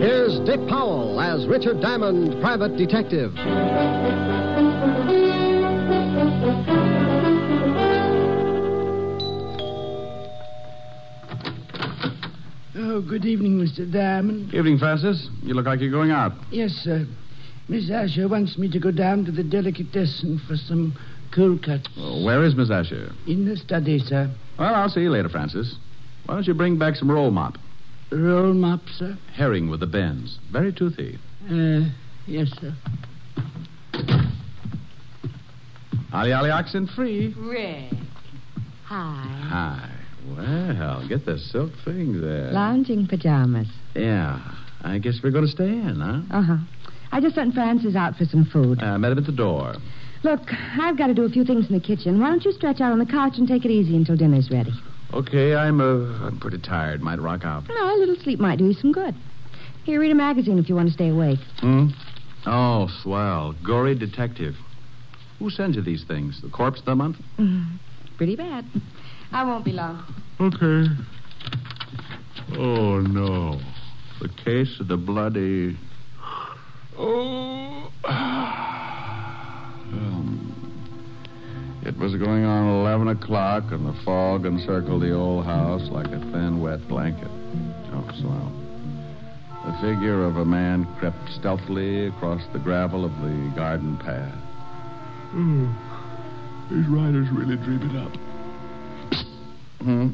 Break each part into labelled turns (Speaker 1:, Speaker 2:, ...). Speaker 1: Here's Dick Powell as Richard Diamond, private detective.
Speaker 2: Oh, good evening, Mr. Diamond.
Speaker 3: Evening, Francis. You look like you're going out.
Speaker 2: Yes, sir. Miss Asher wants me to go down to the delicatessen for some cold cuts.
Speaker 3: Oh, where is Miss Asher?
Speaker 2: In the study, sir.
Speaker 3: Well, I'll see you later, Francis. Why don't you bring back some roll mop?
Speaker 2: Roll 'em up, sir.
Speaker 3: Herring with the bends. Very toothy.
Speaker 2: Uh, yes, sir.
Speaker 3: Ali Ali oxen free.
Speaker 4: Rick. Hi.
Speaker 3: Hi. Well, get the silk thing there.
Speaker 4: Lounging pajamas.
Speaker 3: Yeah. I guess we're going to stay in, huh?
Speaker 4: Uh huh. I just sent Francis out for some food.
Speaker 3: I met him at the door.
Speaker 4: Look, I've got to do a few things in the kitchen. Why don't you stretch out on the couch and take it easy until dinner's ready?
Speaker 3: Okay, I'm uh, I'm pretty tired. Might rock out.
Speaker 4: No, a little sleep might do you some good. Here, read a magazine if you want to stay awake.
Speaker 3: Hmm? Oh, swell. Gory detective. Who sends you these things? The corpse of the month?
Speaker 4: Pretty bad. I won't be long.
Speaker 3: Okay. Oh, no. The case of the bloody. Oh. Um, It was going on 11 o'clock, and the fog encircled the old house like a thin, wet blanket. Oh, swell. The figure of a man crept stealthily across the gravel of the garden path. Hmm. These writers really dream it up. Hmm?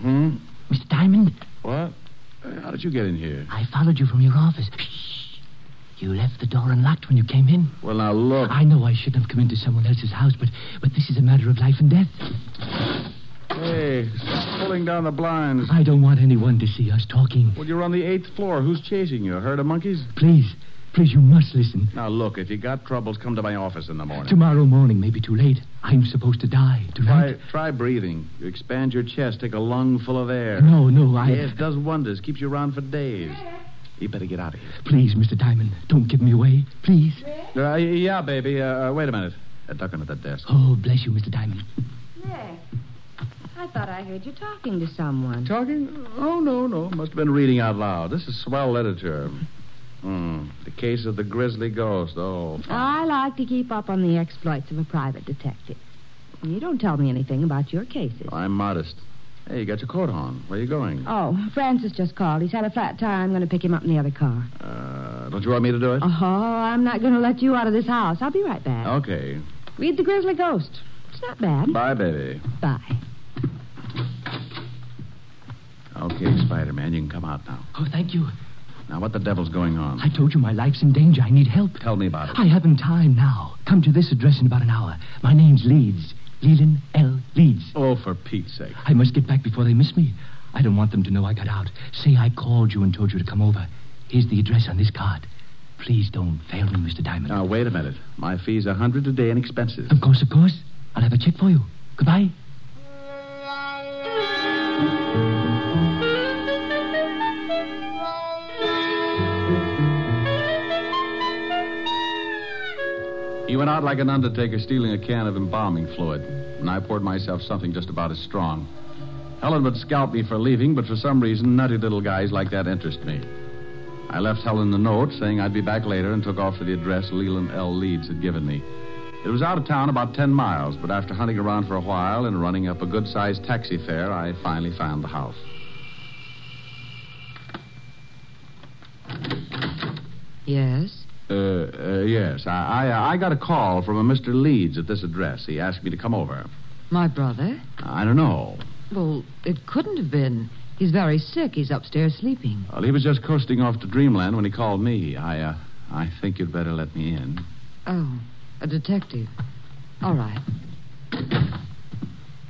Speaker 3: Hmm?
Speaker 5: Mr. Diamond,
Speaker 3: What? Uh, How did you get in here?
Speaker 5: I followed you from your office. Shh. You left the door unlocked when you came in.
Speaker 3: Well, now look.
Speaker 5: I know I shouldn't have come into someone else's house, but, but this is a matter of life and death.
Speaker 3: Hey, stop pulling down the blinds.
Speaker 5: I don't want anyone to see us talking.
Speaker 3: Well, you're on the eighth floor. Who's chasing you? A herd of monkeys?
Speaker 5: Please, please, you must listen.
Speaker 3: Now, look, if you got troubles, come to my office in the morning.
Speaker 5: Tomorrow morning may be too late. I'm supposed to die
Speaker 3: Try,
Speaker 5: tonight.
Speaker 3: try breathing. You expand your chest, take a lung full of air.
Speaker 5: No, no, I.
Speaker 3: Yes, does wonders. Keeps you around for days. You better get out of here.
Speaker 5: Please, Mr. Diamond, don't give me away. Please.
Speaker 3: Uh, y- yeah, baby. Uh, uh, wait a minute. Uh, duck under the desk.
Speaker 5: Oh, bless you, Mr. Diamond.
Speaker 4: Rick, I thought I heard you talking to someone.
Speaker 3: Talking? Oh, no, no. Must have been reading out loud. This is swell literature. Hmm. The case of the grizzly ghost. Oh.
Speaker 5: Ah.
Speaker 4: I like to keep up on the exploits of a private detective. You don't tell me anything about your cases.
Speaker 3: I'm modest. Hey, you got your coat on. Where are you going?
Speaker 4: Oh, Francis just called. He's had a flat tire. I'm going to pick him up in the other car.
Speaker 3: Uh, don't you want me to do it?
Speaker 4: Oh, I'm not going to let you out of this house. I'll be right back.
Speaker 5: Uh-huh.
Speaker 3: Okay.
Speaker 4: Read The Grizzly Ghost. It's not bad.
Speaker 3: Bye, baby.
Speaker 4: Bye.
Speaker 3: Okay, Spider Man, you can come out now.
Speaker 5: Oh, thank you.
Speaker 3: Now, what the devil's going on?
Speaker 5: I told you my life's in danger. I need help.
Speaker 3: Tell me about it.
Speaker 5: I haven't time now. Come to this address in about an hour. My name's Leeds. Leland L. Leeds.
Speaker 3: Oh, for Pete's sake.
Speaker 5: I must get back before they miss me. I don't want them to know I got out. Say I called you and told you to come over. Here's the address on this card. Please don't fail me, Mr. Diamond.
Speaker 3: Now, wait a minute. My fee's a hundred a day and expenses.
Speaker 5: Of course, of course. I'll have a check for you. Goodbye.
Speaker 3: He went out like an undertaker stealing a can of embalming fluid, and I poured myself something just about as strong. Helen would scalp me for leaving, but for some reason, nutty little guys like that interest me. I left Helen a note saying I'd be back later and took off for the address Leland L. Leeds had given me. It was out of town about 10 miles, but after hunting around for a while and running up a good sized taxi fare, I finally found the house.
Speaker 4: Yes?
Speaker 3: Uh, uh yes, I, I, I got a call from a Mr. Leeds at this address. He asked me to come over.
Speaker 6: My brother?
Speaker 3: I don't know.
Speaker 6: Well, it couldn't have been. He's very sick. He's upstairs sleeping.
Speaker 3: Well, he was just coasting off to dreamland when he called me. I, uh, I think you'd better let me in.
Speaker 6: Oh, a detective. All right.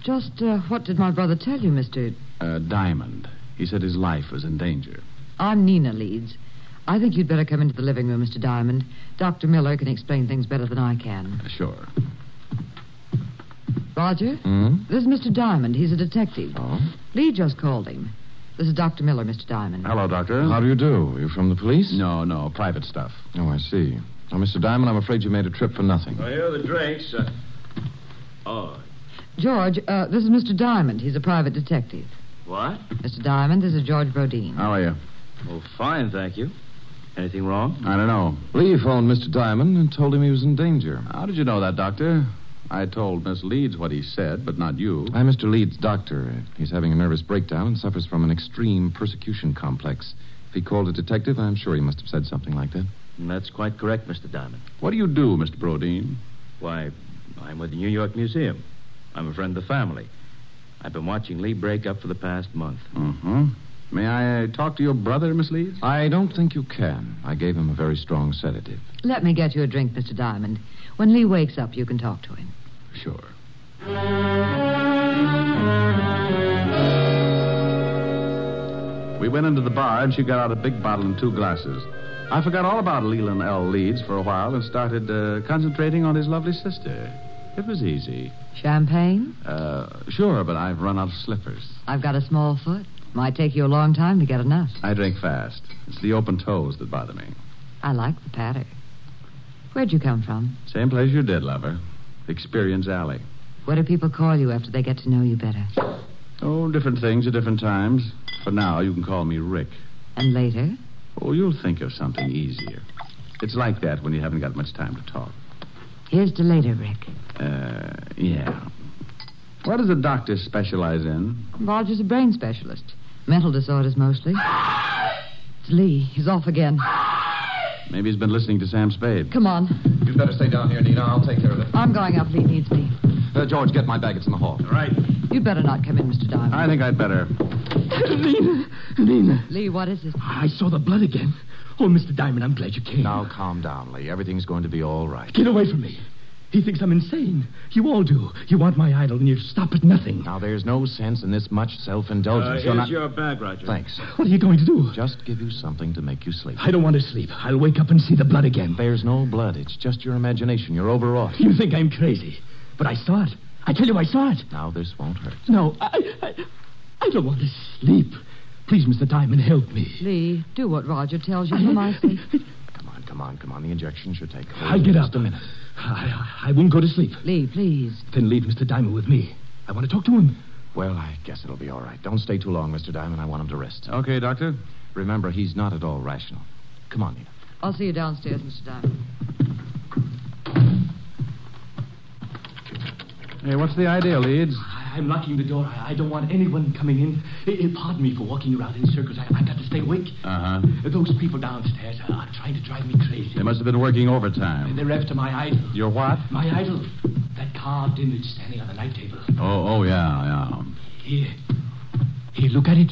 Speaker 4: Just uh, what did my brother tell you, Mr.
Speaker 3: Uh, Diamond. He said his life was in danger.
Speaker 4: I'm Nina Leeds. I think you'd better come into the living room, Mr. Diamond. Dr. Miller can explain things better than I can.
Speaker 3: Uh, Sure.
Speaker 4: Roger,
Speaker 3: Hmm?
Speaker 4: this is Mr. Diamond. He's a detective.
Speaker 7: Oh?
Speaker 4: Lee just called him. This is Dr. Miller, Mr. Diamond.
Speaker 7: Hello, Doctor. How do you do? You from the police?
Speaker 3: No, no, private stuff.
Speaker 7: Oh, I see. Now, Mr. Diamond, I'm afraid you made a trip for nothing.
Speaker 3: I hear the drinks. Uh, oh.
Speaker 4: George, uh, this is Mr. Diamond. He's a private detective.
Speaker 8: What?
Speaker 4: Mr. Diamond, this is George Brodeen.
Speaker 3: How are you?
Speaker 8: Oh, fine, thank you. Anything wrong?
Speaker 3: I don't know.
Speaker 7: Lee phoned Mr. Diamond and told him he was in danger.
Speaker 3: How did you know that, Doctor? I told Miss Leeds what he said, but not you.
Speaker 7: I'm Mr. Leeds' doctor. He's having a nervous breakdown and suffers from an extreme persecution complex. If he called a detective, I'm sure he must have said something like that.
Speaker 8: That's quite correct, Mr. Diamond.
Speaker 3: What do you do, Mr. Brodeen?
Speaker 8: Why, I'm with the New York Museum. I'm a friend of the family. I've been watching Lee break up for the past month.
Speaker 3: Mm-hmm. May I talk to your brother, Miss Leeds?
Speaker 7: Uh-huh. I don't think you can. I gave him a very strong sedative.
Speaker 4: Let me get you a drink, Mr. Diamond. When Lee wakes up, you can talk to him.
Speaker 3: Sure. We went into the bar, and she got out a big bottle and two glasses. I forgot all about Leland L. Leeds for a while and started uh, concentrating on his lovely sister. It was easy.
Speaker 4: Champagne?
Speaker 3: Uh, sure, but I've run out of slippers.
Speaker 4: I've got a small foot. Might take you a long time to get enough.
Speaker 3: I drink fast. It's the open toes that bother me.
Speaker 4: I like the patter. Where'd you come from?
Speaker 3: Same place you did, lover. Experience Alley.
Speaker 4: What do people call you after they get to know you better?
Speaker 3: Oh, different things at different times. For now, you can call me Rick.
Speaker 4: And later?
Speaker 3: Oh, you'll think of something easier. It's like that when you haven't got much time to talk.
Speaker 4: Here's to later, Rick.
Speaker 3: Uh, yeah. What does a doctor specialize in?
Speaker 4: Roger's a brain specialist. Mental disorders mostly. It's Lee. He's off again.
Speaker 3: Maybe he's been listening to Sam Spade.
Speaker 4: Come on.
Speaker 7: You'd better stay down here, Nina. I'll take care of it.
Speaker 4: I'm going up. Lee needs me.
Speaker 7: Uh, George, get my bag. It's in the hall.
Speaker 3: Right.
Speaker 4: You'd better not come in, Mr. Diamond.
Speaker 3: I think I'd better.
Speaker 5: Nina! Nina!
Speaker 4: Lee, what is this?
Speaker 5: I saw the blood again. Oh, Mr. Diamond, I'm glad you came.
Speaker 7: Now, calm down, Lee. Everything's going to be all right.
Speaker 5: Get away from me. He thinks I'm insane. You all do. You want my idol, and you stop at nothing.
Speaker 7: Now, there's no sense in this much self indulgence. You're not.
Speaker 8: your bag, Roger.
Speaker 7: Thanks.
Speaker 5: What are you going to do?
Speaker 7: Just give you something to make you sleep.
Speaker 5: I don't want to sleep. I'll wake up and see the blood again.
Speaker 7: There's no blood. It's just your imagination. You're overwrought.
Speaker 5: You think I'm crazy. But I saw it. I tell you, I saw it.
Speaker 7: Now, this won't hurt.
Speaker 5: No, I, I, I don't want to sleep. Please, Mr. Diamond, help me.
Speaker 4: Lee, do what Roger tells you for my sake.
Speaker 7: Come on, come on, come on. The injection should take hold.
Speaker 5: I'll get
Speaker 7: Just
Speaker 5: up.
Speaker 7: a minute.
Speaker 5: I, I won't go to sleep.
Speaker 4: Lee, please.
Speaker 5: Then leave Mr. Diamond with me. I want to talk to him.
Speaker 7: Well, I guess it'll be all right. Don't stay too long, Mr. Diamond. I want him to rest.
Speaker 3: Okay, Doctor.
Speaker 7: Remember, he's not at all rational. Come on, Nina.
Speaker 4: I'll see you downstairs, Mr. Diamond.
Speaker 3: Hey, what's the idea, Leeds?
Speaker 5: I, I'm locking the door. I, I don't want anyone coming in. I, I- pardon me for walking around in circles. I, I got to stay awake.
Speaker 3: Uh huh.
Speaker 5: Those people downstairs are, are trying to drive me crazy.
Speaker 3: They must have been working overtime.
Speaker 5: They're after my idol.
Speaker 3: Your what?
Speaker 5: My idol. That carved image standing on the night table.
Speaker 3: Oh, oh, yeah, yeah.
Speaker 5: Here. Here, look at it.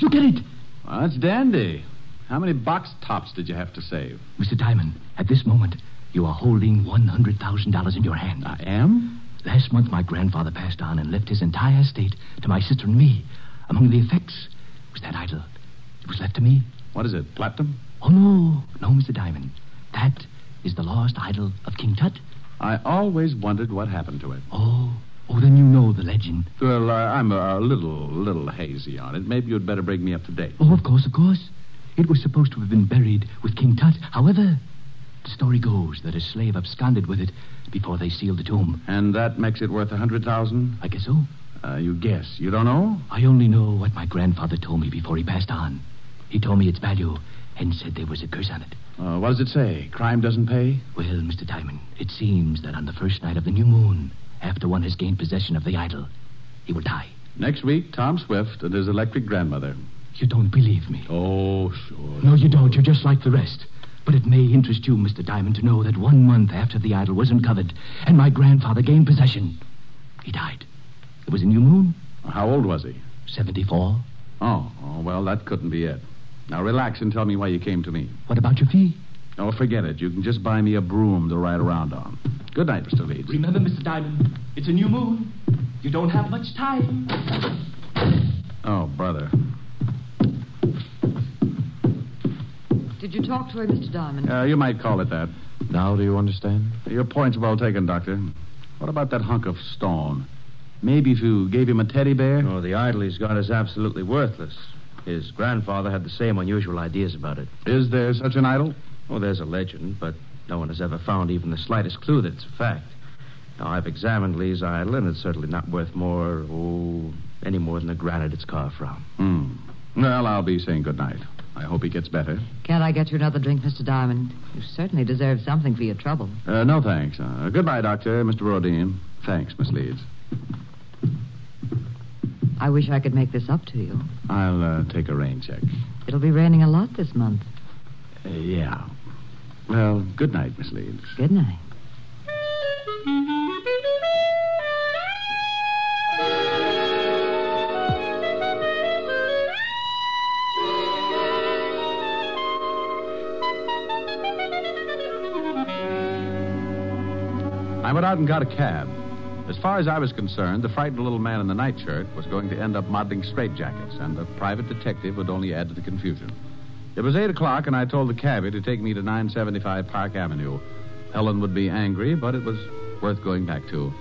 Speaker 5: Look at it.
Speaker 3: Well, that's dandy. How many box tops did you have to save?
Speaker 5: Mr. Diamond, at this moment, you are holding $100,000 in your hand.
Speaker 3: I am?
Speaker 5: Last month, my grandfather passed on and left his entire estate to my sister and me. Among the effects was that idol. It was left to me.
Speaker 3: What is it, platinum?
Speaker 5: Oh, no. No, Mr. Diamond. That is the lost idol of King Tut.
Speaker 3: I always wondered what happened to it.
Speaker 5: Oh, oh, then you know the legend.
Speaker 3: Well, uh, I'm a, a little, little hazy on it. Maybe you'd better bring me up to date.
Speaker 5: Oh, of course, of course. It was supposed to have been buried with King Tut. However, the story goes that a slave absconded with it before they sealed the tomb.
Speaker 3: And that makes it worth a hundred thousand?
Speaker 5: I guess so.
Speaker 3: Uh, you guess. You don't know?
Speaker 5: I only know what my grandfather told me before he passed on. He told me its value and said there was a curse on it.
Speaker 3: Uh, what does it say? Crime doesn't pay?
Speaker 5: Well, Mr. Diamond, it seems that on the first night of the new moon, after one has gained possession of the idol, he will die.
Speaker 3: Next week, Tom Swift and his electric grandmother.
Speaker 5: You don't believe me.
Speaker 3: Oh, sure.
Speaker 5: No, you don't. You're just like the rest. But it may interest you, Mr. Diamond, to know that one month after the idol was uncovered and my grandfather gained possession, he died. It was a new moon,
Speaker 3: How old was he?
Speaker 5: 74.
Speaker 3: Oh, oh, well, that couldn't be it. Now relax and tell me why you came to me.
Speaker 5: What about your fee?
Speaker 3: Oh, forget it. You can just buy me a broom to ride around on. Good night, Mr. Leeds.
Speaker 5: Remember, Mr. Diamond, it's a new moon. You don't have much time.
Speaker 3: Oh, brother.
Speaker 6: Did you talk to her, Mr. Diamond?
Speaker 3: Uh, you might call it that.
Speaker 9: Now do you understand?
Speaker 3: Your point's well taken, Doctor. What about that hunk of stone? Maybe if you gave him a teddy bear?
Speaker 10: Oh, the idol he's got is absolutely worthless. His grandfather had the same unusual ideas about it.
Speaker 3: Is there such an idol?
Speaker 10: Oh, there's a legend, but no one has ever found even the slightest clue that it's a fact. Now, I've examined Lee's idol, and it's certainly not worth more, oh, any more than the granite it's carved from.
Speaker 3: Hmm. Well, I'll be saying good night. I hope he gets better.
Speaker 6: Can't I get you another drink, Mr. Diamond? You certainly deserve something for your trouble.
Speaker 3: Uh, no, thanks. Uh, goodbye, Doctor, Mr. Rodine. Thanks, Miss Leeds.
Speaker 6: I wish I could make this up to you.
Speaker 3: I'll uh, take a rain check.
Speaker 6: It'll be raining a lot this month.
Speaker 3: Uh, yeah. Well, good night, Miss Leeds.
Speaker 6: Good night.
Speaker 3: I went out and got a cab. As far as I was concerned, the frightened little man in the nightshirt was going to end up modeling straitjackets, and the private detective would only add to the confusion. It was 8 o'clock, and I told the cabbie to take me to 975 Park Avenue. Helen would be angry, but it was worth going back to.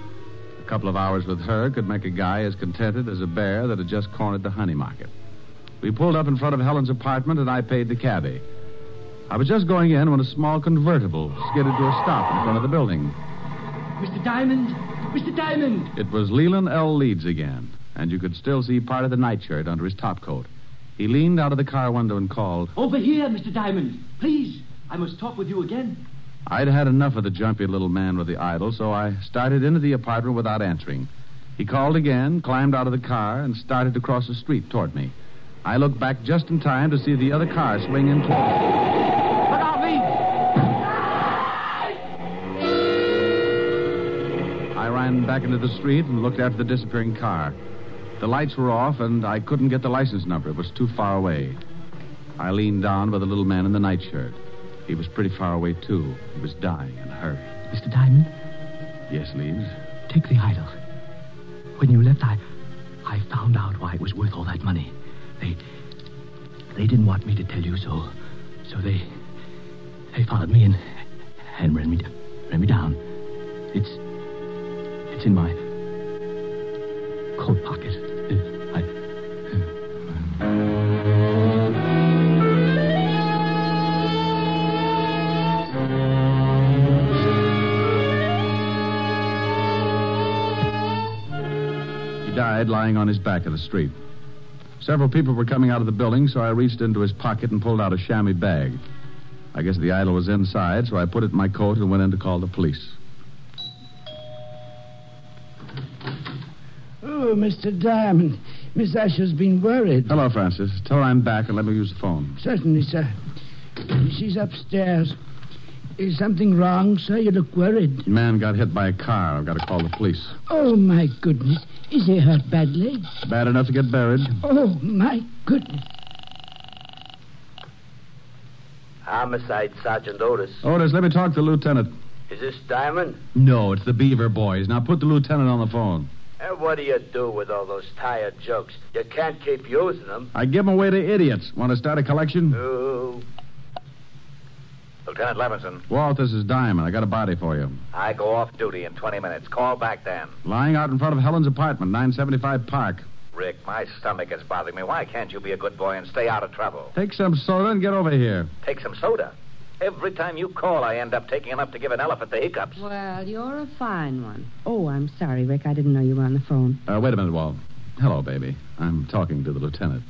Speaker 3: A couple of hours with her could make a guy as contented as a bear that had just cornered the honey market. We pulled up in front of Helen's apartment, and I paid the cabbie. I was just going in when a small convertible skidded to a stop in front of the building.
Speaker 5: Mr. Diamond! Mr. Diamond!
Speaker 3: It was Leland L. Leeds again, and you could still see part of the nightshirt under his topcoat. He leaned out of the car window and called.
Speaker 5: Over here, Mr. Diamond. Please, I must talk with you again.
Speaker 3: I'd had enough of the jumpy little man with the idol, so I started into the apartment without answering. He called again, climbed out of the car, and started to cross the street toward me. I looked back just in time to see the other car swing in toward me.
Speaker 5: But I'll leave.
Speaker 3: I ran back into the street and looked after the disappearing car. The lights were off, and I couldn't get the license number. It was too far away. I leaned down by the little man in the nightshirt. He was pretty far away, too. He was dying in a hurry.
Speaker 5: Mr. Diamond,
Speaker 3: Yes, Leeds?
Speaker 5: take the idol. When you left, I, I found out why it was worth all that money. They, they didn't want me to tell you, so, so they, they followed me and, and ran me, d- ran me down. It's, it's in my coat pocket. Uh, I,
Speaker 3: He died lying on his back in the street. Several people were coming out of the building, so I reached into his pocket and pulled out a chamois bag. I guess the idol was inside, so I put it in my coat and went in to call the police.
Speaker 2: Oh, Mr. Diamond. Miss Asher's been worried.
Speaker 3: Hello, Francis. Tell her I'm back and let me use the phone.
Speaker 2: Certainly, sir. She's upstairs. Is something wrong, sir? You look worried.
Speaker 3: A man got hit by a car. I've got to call the police.
Speaker 2: Oh, my goodness. Is he hurt badly?
Speaker 3: Bad enough to get buried.
Speaker 2: Oh, my goodness.
Speaker 11: Homicide, Sergeant Otis.
Speaker 3: Otis, let me talk to the lieutenant.
Speaker 11: Is this Diamond?
Speaker 3: No, it's the Beaver Boys. Now put the lieutenant on the phone.
Speaker 11: And what do you do with all those tired jokes? You can't keep using them.
Speaker 3: I give 'em away to idiots. Want to start a collection?
Speaker 11: Ooh.
Speaker 12: Lieutenant Levinson,
Speaker 3: Walt, this is Diamond. I got a body for you.
Speaker 12: I go off duty in 20 minutes. Call back then.
Speaker 3: Lying out in front of Helen's apartment, 975 Park.
Speaker 12: Rick, my stomach is bothering me. Why can't you be a good boy and stay out of trouble?
Speaker 3: Take some soda and get over here.
Speaker 12: Take some soda. Every time you call, I end up taking enough to give an elephant the hiccups.
Speaker 4: Well, you're a fine one. Oh, I'm sorry, Rick. I didn't know you were on the phone.
Speaker 3: Uh, wait a minute, Walt. Hello, baby. I'm talking to the lieutenant.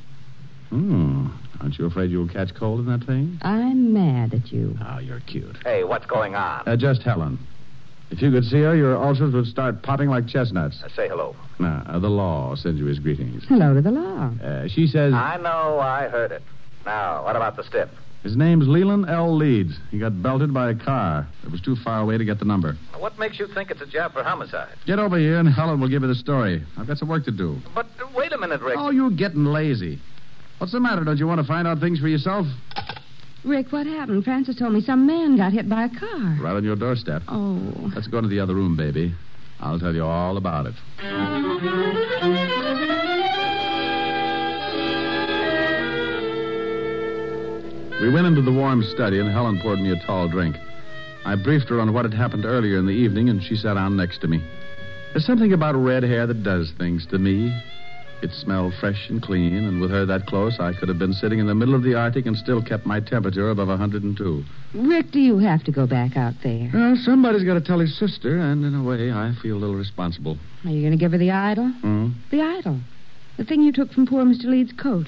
Speaker 3: Hmm. Aren't you afraid you'll catch cold in that thing?
Speaker 4: I'm mad at you.
Speaker 3: Oh, you're cute.
Speaker 12: Hey, what's going on?
Speaker 3: Uh, just Helen. If you could see her, your ulcers would start popping like chestnuts.
Speaker 12: Uh, say hello.
Speaker 3: Now, uh, the law sends you his greetings.
Speaker 4: Hello to the law.
Speaker 3: Uh, she says
Speaker 12: I know, I heard it. Now, what about the stiff?
Speaker 3: his name's Leland L. Leeds. He got belted by a car. It was too far away to get the number.
Speaker 12: What makes you think it's a job for homicide?
Speaker 3: Get over here, and Helen will give you the story. I've got some work to do.
Speaker 12: But uh, wait a minute, Rick.
Speaker 3: Oh, you're getting lazy. What's the matter? Don't you want to find out things for yourself?
Speaker 4: Rick, what happened? Francis told me some man got hit by a car.
Speaker 3: Right on your doorstep.
Speaker 4: Oh.
Speaker 3: Let's go into the other room, baby. I'll tell you all about it. We went into the warm study, and Helen poured me a tall drink. I briefed her on what had happened earlier in the evening, and she sat down next to me. There's something about red hair that does things to me. It smelled fresh and clean, and with her that close, I could have been sitting in the middle of the Arctic and still kept my temperature above 102.
Speaker 4: Rick, do you have to go back out there?
Speaker 3: Well, somebody's got to tell his sister, and in a way, I feel a little responsible.
Speaker 4: Are you going to give her the idol?
Speaker 3: Hmm?
Speaker 4: The idol. The thing you took from poor Mr. Leeds' coat.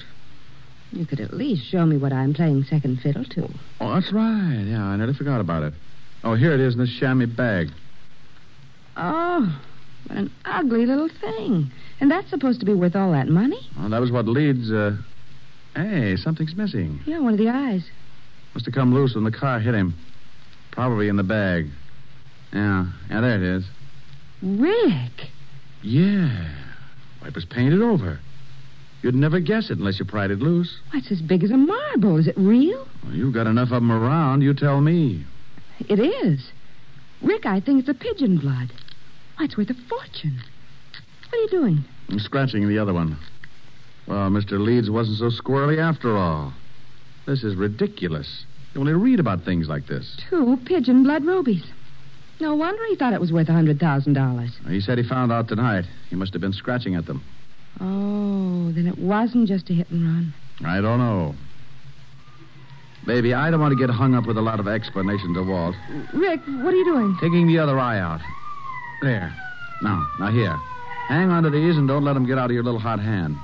Speaker 4: You could at least show me what I'm playing second fiddle to.
Speaker 3: Oh, that's right. Yeah, I nearly forgot about it. Oh, here it is in this chamois bag.
Speaker 4: Oh, what an ugly little thing. And that's supposed to be worth all that money?
Speaker 3: Well, that was what leads. Uh... Hey, something's missing.
Speaker 4: Yeah, one of the eyes.
Speaker 3: Must have come loose when the car hit him. Probably in the bag. Yeah, yeah, there it is.
Speaker 4: Rick!
Speaker 3: Yeah. Why, It was painted over. You'd never guess it unless you pried it loose.
Speaker 4: Why, it's as big as a marble. Is it real?
Speaker 3: Well, you've got enough of 'em around, you tell me.
Speaker 4: It is. Rick, I think it's a pigeon blood. Why, it's worth a fortune. What are you doing?
Speaker 3: I'm scratching the other one. Well, Mr. Leeds wasn't so squirrely after all. This is ridiculous. You only read about things like this.
Speaker 4: Two pigeon blood rubies. No wonder he thought it was worth a $100,000.
Speaker 3: He said he found out tonight. He must have been scratching at them.
Speaker 4: Oh, then it wasn't just a hit and run.
Speaker 3: I don't know. Baby, I don't want to get hung up with a lot of explanations of Walt.
Speaker 4: Rick, what are you doing?
Speaker 3: Taking the other eye out. There. Now, now here. Hang on to these and don't let them get out of your little hot hand.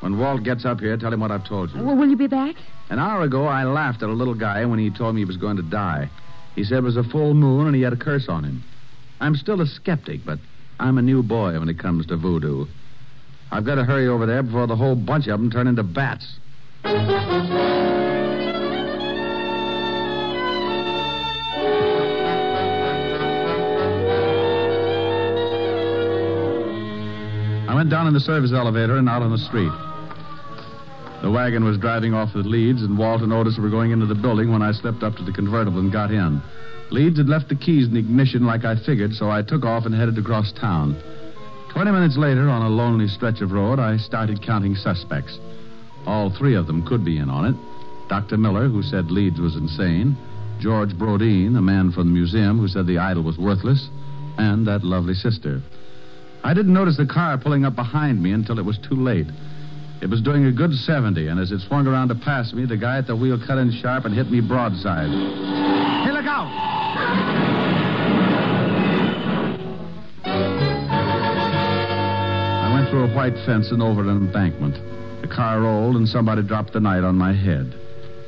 Speaker 3: When Walt gets up here, tell him what I've told you.
Speaker 4: Well, will you be back?
Speaker 3: An hour ago, I laughed at a little guy when he told me he was going to die. He said it was a full moon and he had a curse on him. I'm still a skeptic, but I'm a new boy when it comes to voodoo. I've got to hurry over there before the whole bunch of them turn into bats. I went down in the service elevator and out on the street. The wagon was driving off with Leeds, and Walt and Otis were going into the building when I slipped up to the convertible and got in. Leeds had left the keys in the ignition like I figured, so I took off and headed across town. Twenty minutes later, on a lonely stretch of road, I started counting suspects. All three of them could be in on it Dr. Miller, who said Leeds was insane, George Brodeen, a man from the museum who said the idol was worthless, and that lovely sister. I didn't notice the car pulling up behind me until it was too late. It was doing a good 70, and as it swung around to pass me, the guy at the wheel cut in sharp and hit me broadside. Hey, look out! I went through a white fence and over an embankment. The car rolled, and somebody dropped the knight on my head.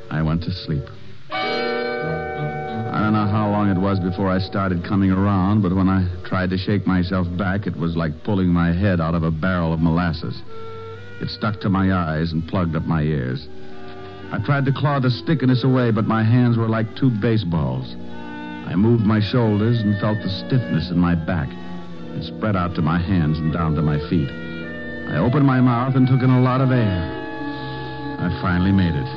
Speaker 3: I went to sleep. I don't know how long it was before I started coming around, but when I tried to shake myself back, it was like pulling my head out of a barrel of molasses. It stuck to my eyes and plugged up my ears. I tried to claw the stickiness away, but my hands were like two baseballs. I moved my shoulders and felt the stiffness in my back. It spread out to my hands and down to my feet. I opened my mouth and took in a lot of air. I finally made it.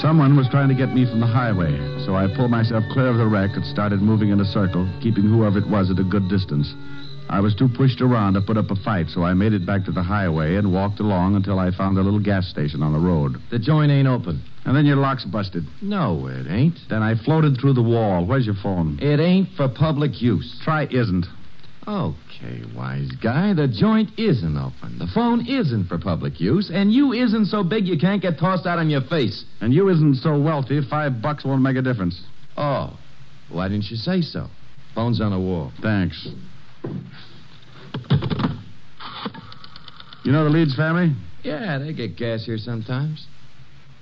Speaker 3: Someone was trying to get me from the highway, so I pulled myself clear of the wreck and started moving in a circle, keeping whoever it was at a good distance. I was too pushed around to put up a fight, so I made it back to the highway and walked along until I found a little gas station on the road.
Speaker 13: The joint ain't open.
Speaker 3: And then your lock's busted.
Speaker 13: No, it ain't.
Speaker 3: Then I floated through the wall. Where's your phone?
Speaker 13: It ain't for public use.
Speaker 3: Try isn't.
Speaker 13: Okay, wise guy. The joint isn't open. The phone isn't for public use, and you isn't so big you can't get tossed out on your face.
Speaker 3: And you isn't so wealthy, five bucks won't make a difference.
Speaker 13: Oh, why didn't you say so? Phone's on a wall.
Speaker 3: Thanks. You know the Leeds family?
Speaker 13: Yeah, they get gas here sometimes.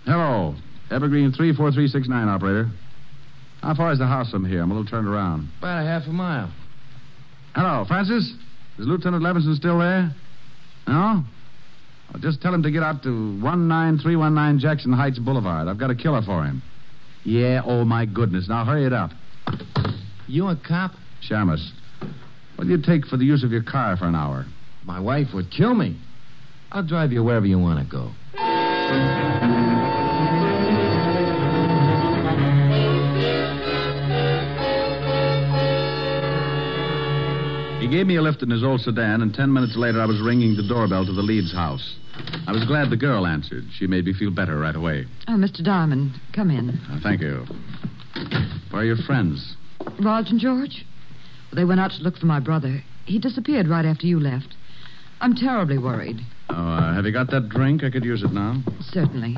Speaker 3: Hello. Evergreen 34369, operator. How far is the house from here? I'm a little turned around.
Speaker 13: About a half a mile.
Speaker 3: Hello, Francis? Is Lieutenant Levinson still there? No? Well, just tell him to get out to 19319 Jackson Heights Boulevard. I've got a killer for him. Yeah, oh my goodness. Now hurry it up.
Speaker 13: You a cop?
Speaker 3: Shamus, what do you take for the use of your car for an hour?
Speaker 13: My wife would kill me. I'll drive you wherever you want to go.
Speaker 3: He gave me a lift in his old sedan, and ten minutes later, I was ringing the doorbell to the Leeds house. I was glad the girl answered. She made me feel better right away.
Speaker 4: Oh, Mr. Diamond, come in.
Speaker 3: Uh, thank you. Where are your friends?
Speaker 4: Raj and George? They went out to look for my brother. He disappeared right after you left. I'm terribly worried,
Speaker 3: Oh, uh, have you got that drink? I could use it now.
Speaker 4: certainly.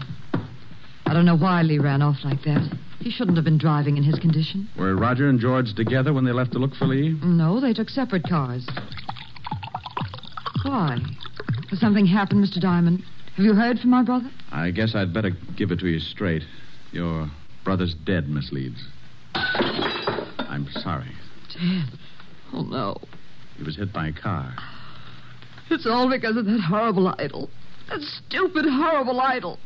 Speaker 4: I don't know why Lee ran off like that. He shouldn't have been driving in his condition.
Speaker 3: Were Roger and George together when they left to look for Lee?
Speaker 4: No, they took separate cars. Why? Has something happened, Mr. Diamond? Have you heard from my brother?
Speaker 3: I guess I'd better give it to you straight. Your brother's dead, Miss Leeds. I'm sorry.
Speaker 4: Dead. Oh, no.
Speaker 3: He was hit by a car.
Speaker 4: It's all because of that horrible idol. That stupid, horrible idol.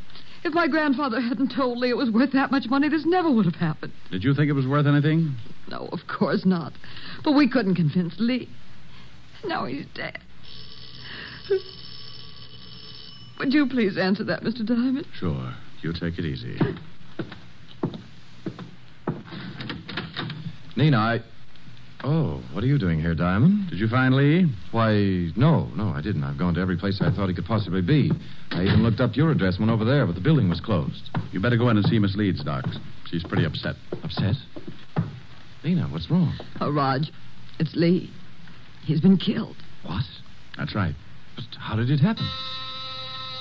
Speaker 4: If my grandfather hadn't told Lee it was worth that much money, this never would have happened.
Speaker 3: Did you think it was worth anything?
Speaker 4: No, of course not. But we couldn't convince Lee. Now he's dead. Would you please answer that, Mr. Diamond?
Speaker 3: Sure. You take it easy.
Speaker 13: Nina, I. Oh, what are you doing here, Diamond?
Speaker 3: Did you find Lee?
Speaker 13: Why, no, no, I didn't. I've gone to every place I thought he could possibly be. I even looked up your address, went over there, but the building was closed.
Speaker 3: You better go in and see Miss Leeds, Doc. She's pretty upset.
Speaker 13: Upset? Nina, what's wrong?
Speaker 4: Oh, Raj, it's Lee. He's been killed.
Speaker 13: What?
Speaker 3: That's right.
Speaker 13: But how did it happen?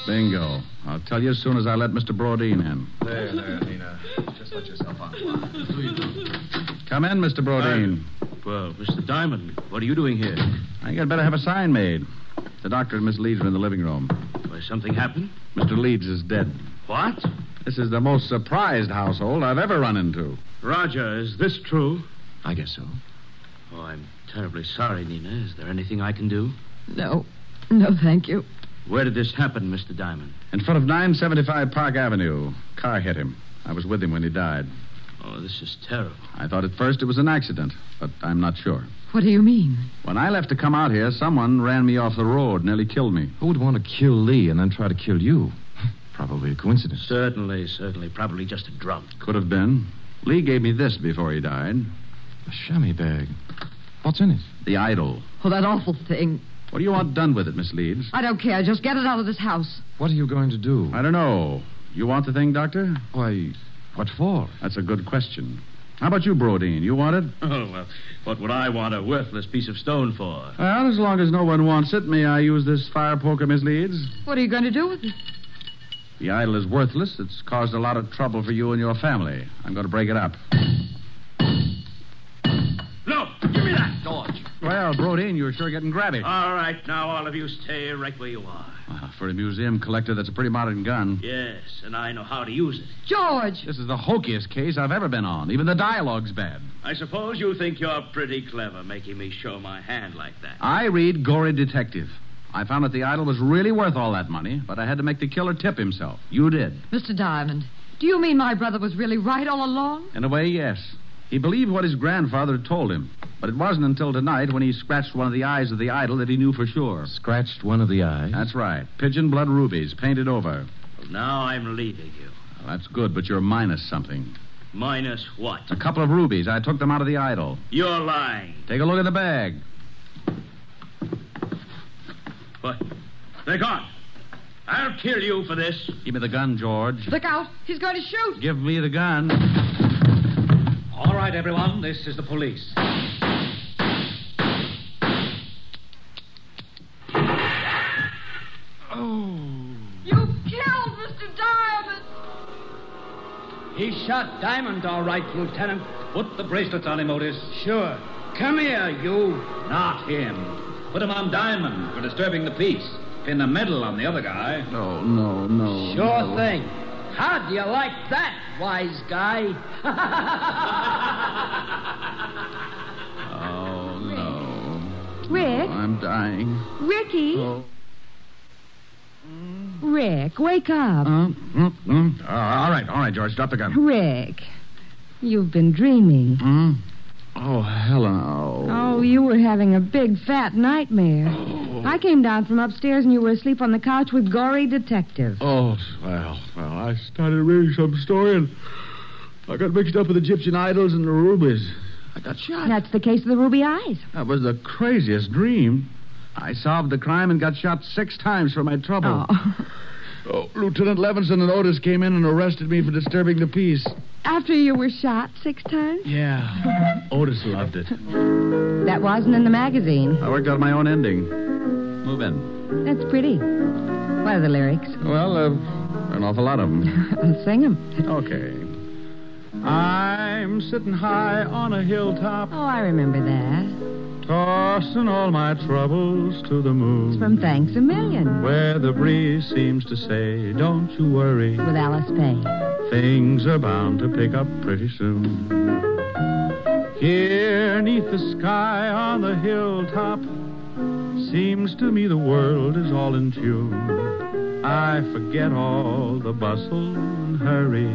Speaker 3: Bingo. I'll tell you as soon as I let Mr. Brodeen in.
Speaker 13: There, there, Nina. Just let yourself out.
Speaker 3: Come in, Mr. Brodeen.
Speaker 13: Uh,
Speaker 8: Well, Mr. Diamond, what are you doing here?
Speaker 3: I think I'd better have a sign made. The doctor and Miss Leeds are in the living room.
Speaker 8: Has something happened?
Speaker 3: Mr. Leeds is dead.
Speaker 8: What?
Speaker 3: This is the most surprised household I've ever run into.
Speaker 8: Roger, is this true?
Speaker 13: I guess so.
Speaker 8: Oh, I'm terribly sorry, Nina. Is there anything I can do?
Speaker 4: No. No, thank you.
Speaker 8: Where did this happen, Mr. Diamond?
Speaker 3: In front of 975 Park Avenue. Car hit him. I was with him when he died.
Speaker 8: Oh, this is terrible.
Speaker 3: I thought at first it was an accident, but I'm not sure.
Speaker 4: What do you mean?
Speaker 3: When I left to come out here, someone ran me off the road, nearly killed me.
Speaker 13: Who would want to kill Lee and then try to kill you? Probably a coincidence.
Speaker 8: Certainly, certainly. Probably just a drunk.
Speaker 3: Could have been. Lee gave me this before he died.
Speaker 13: A chamois bag. What's in it?
Speaker 3: The idol.
Speaker 4: Oh, that awful thing.
Speaker 3: What do you want done with it, Miss Leeds?
Speaker 4: I don't care. Just get it out of this house.
Speaker 13: What are you going to do?
Speaker 3: I don't know. You want the thing, Doctor?
Speaker 13: Why, what for?
Speaker 3: That's a good question. How about you, Brodeen? You want it?
Speaker 8: Oh, well, what would I want a worthless piece of stone for?
Speaker 3: Well, as long as no one wants it, may I use this fire poker, Miss Leeds?
Speaker 4: What are you going to do with it?
Speaker 3: The idol is worthless. It's caused a lot of trouble for you and your family. I'm going to break it up.
Speaker 8: No! Give me that, George!
Speaker 3: Well, Brodeen, you're sure getting grabby.
Speaker 8: All right, now all of you stay right where you are.
Speaker 3: Wow, for a museum collector, that's a pretty modern gun.
Speaker 8: Yes, and I know how to use it.
Speaker 4: George!
Speaker 3: This is the hokiest case I've ever been on. Even the dialogue's bad.
Speaker 8: I suppose you think you're pretty clever making me show my hand like that.
Speaker 3: I read Gory Detective. I found that the idol was really worth all that money, but I had to make the killer tip himself. You did.
Speaker 4: Mr. Diamond, do you mean my brother was really right all along?
Speaker 3: In a way, yes. He believed what his grandfather had told him, but it wasn't until tonight when he scratched one of the eyes of the idol that he knew for sure.
Speaker 13: Scratched one of the eyes.
Speaker 3: That's right. Pigeon blood rubies, painted over.
Speaker 8: Well, now I'm leaving you.
Speaker 3: Well, that's good, but you're minus something.
Speaker 8: Minus what?
Speaker 3: A couple of rubies. I took them out of the idol.
Speaker 8: You're lying.
Speaker 3: Take a look at the bag.
Speaker 8: What? They're gone. I'll kill you for this.
Speaker 3: Give me the gun, George.
Speaker 4: Look out! He's going to shoot!
Speaker 3: Give me the gun.
Speaker 14: All right, everyone, this is the police.
Speaker 4: You killed Mr. Diamond!
Speaker 14: He shot Diamond, all right, Lieutenant. Put the bracelets on him, Otis.
Speaker 1: Sure. Come here, you.
Speaker 14: Not him. Put him on Diamond for disturbing the peace. Pin a medal on the other guy.
Speaker 3: No, no, no.
Speaker 1: Sure thing. How do you like that, wise guy?
Speaker 3: Oh, no.
Speaker 15: Rick?
Speaker 3: Oh, I'm dying.
Speaker 15: Ricky?
Speaker 3: Oh.
Speaker 15: Rick, wake up.
Speaker 3: Mm, mm. Uh, all right, all right, George, drop the gun.
Speaker 15: Rick, you've been dreaming.
Speaker 3: Mm. Oh, Helen. Oh.
Speaker 4: Oh, you were having a big fat nightmare. I came down from upstairs and you were asleep on the couch with Gory Detective.
Speaker 3: Oh, well, well, I started reading some story and I got mixed up with Egyptian idols and the rubies. I got shot.
Speaker 4: That's the case of the ruby eyes.
Speaker 3: That was the craziest dream. I solved the crime and got shot six times for my trouble.
Speaker 4: Oh.
Speaker 3: Oh, Lieutenant Levinson and Otis came in and arrested me for disturbing the peace.
Speaker 4: After you were shot six times?
Speaker 3: Yeah. Otis loved it.
Speaker 4: That wasn't in the magazine.
Speaker 3: I worked out my own ending. Move in.
Speaker 4: That's pretty. What are the lyrics?
Speaker 3: Well, uh, an awful lot of them.
Speaker 4: Sing 'em.
Speaker 3: Okay. I'm sitting high on a hilltop.
Speaker 4: Oh, I remember that.
Speaker 3: Tossing all my troubles to the moon.
Speaker 4: It's from Thanks a Million
Speaker 3: Where the breeze seems to say, don't you worry,
Speaker 4: with Alice Payne.
Speaker 3: things are bound to pick up pretty soon. Here, neath the sky on the hilltop, seems to me the world is all in tune. I forget all the bustle and hurry,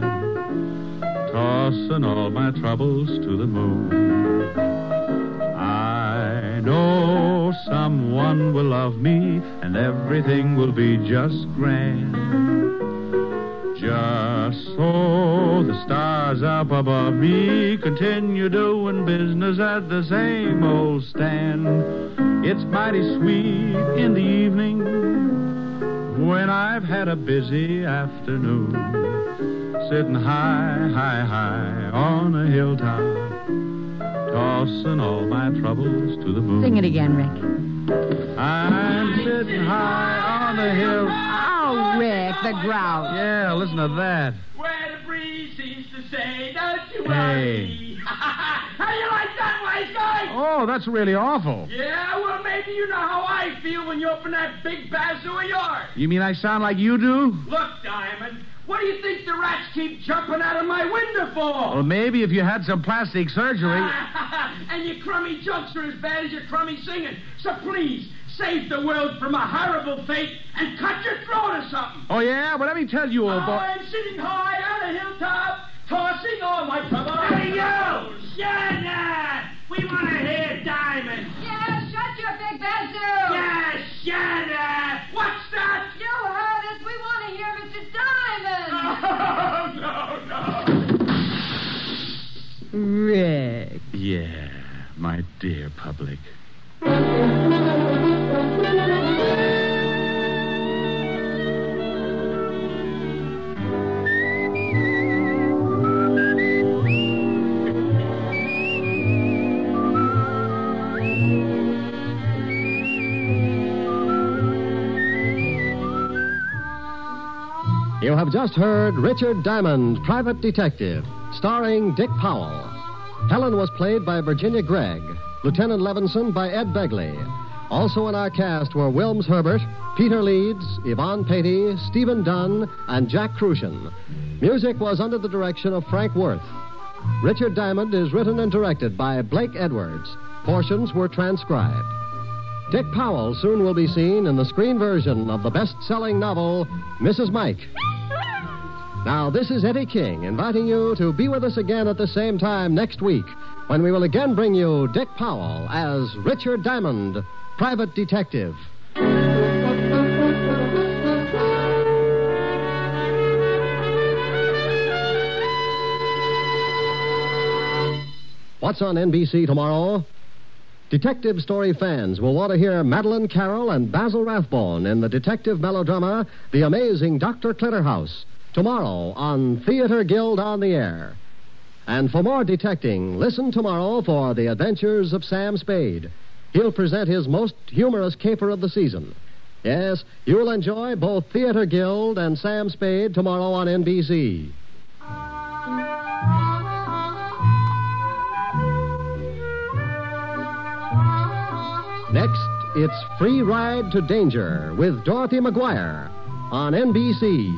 Speaker 3: tossing all my troubles to the moon. I know someone will love me, and everything will be just grand. Just so the stars up above me continue doing business at the same old stand. It's mighty sweet in the evening when I've had a busy afternoon. Sitting high, high, high on a hilltop, tossing all my troubles to the moon.
Speaker 4: Sing it again, Rick.
Speaker 3: I'm sitting high on a hill.
Speaker 4: Oh, Rick, the growl.
Speaker 3: Yeah, listen to that.
Speaker 8: Where the breeze seems to say, don't you
Speaker 3: Hey.
Speaker 8: worry. how do you like that, wise guy?
Speaker 3: Oh, that's really awful.
Speaker 8: Yeah, well, maybe you know how I feel when you open that big bazoo of yours.
Speaker 3: You mean I sound like you do?
Speaker 8: Look, Diamond, what do you think the rats keep jumping out of my window
Speaker 3: Well,
Speaker 8: for?
Speaker 3: maybe if you had some plastic surgery.
Speaker 8: Ah. and your crummy jokes are as bad as your crummy singing. So please, save the world from a horrible fate and cut your throat or something.
Speaker 3: Oh, yeah? Well, let me tell you, old boy.
Speaker 8: I'm sitting high on a hilltop, tossing all my troubles. Hey, you! Shut up! We want to hear Diamond.
Speaker 16: Yeah, shut your big bazoo!
Speaker 8: Yeah, shut up! What's that?
Speaker 16: You heard us. We want to hear Mr. Diamond!
Speaker 4: Rick.
Speaker 8: Oh.
Speaker 3: Yeah, my dear public.
Speaker 1: You have just heard Richard Diamond, Private Detective, starring Dick Powell. Helen was played by Virginia Gregg, Lieutenant Levinson by Ed Begley. Also in our cast were Wilms Herbert, Peter Leeds, Yvonne Patey, Stephen Dunn, and Jack Crucian. Music was under the direction of Frank Worth. Richard Diamond is written and directed by Blake Edwards. Portions were transcribed. Dick Powell soon will be seen in the screen version of the best selling novel, Mrs. Mike. Now, this is Eddie King inviting you to be with us again at the same time next week when we will again bring you Dick Powell as Richard Diamond, private detective. What's on NBC tomorrow? Detective story fans will want to hear Madeline Carroll and Basil Rathbone in the detective melodrama The Amazing Dr. Clitterhouse tomorrow on Theater Guild on the Air. And for more detecting, listen tomorrow for The Adventures of Sam Spade. He'll present his most humorous caper of the season. Yes, you'll enjoy both Theater Guild and Sam Spade tomorrow on NBC. Next, it's Free Ride to Danger with Dorothy McGuire on NBC.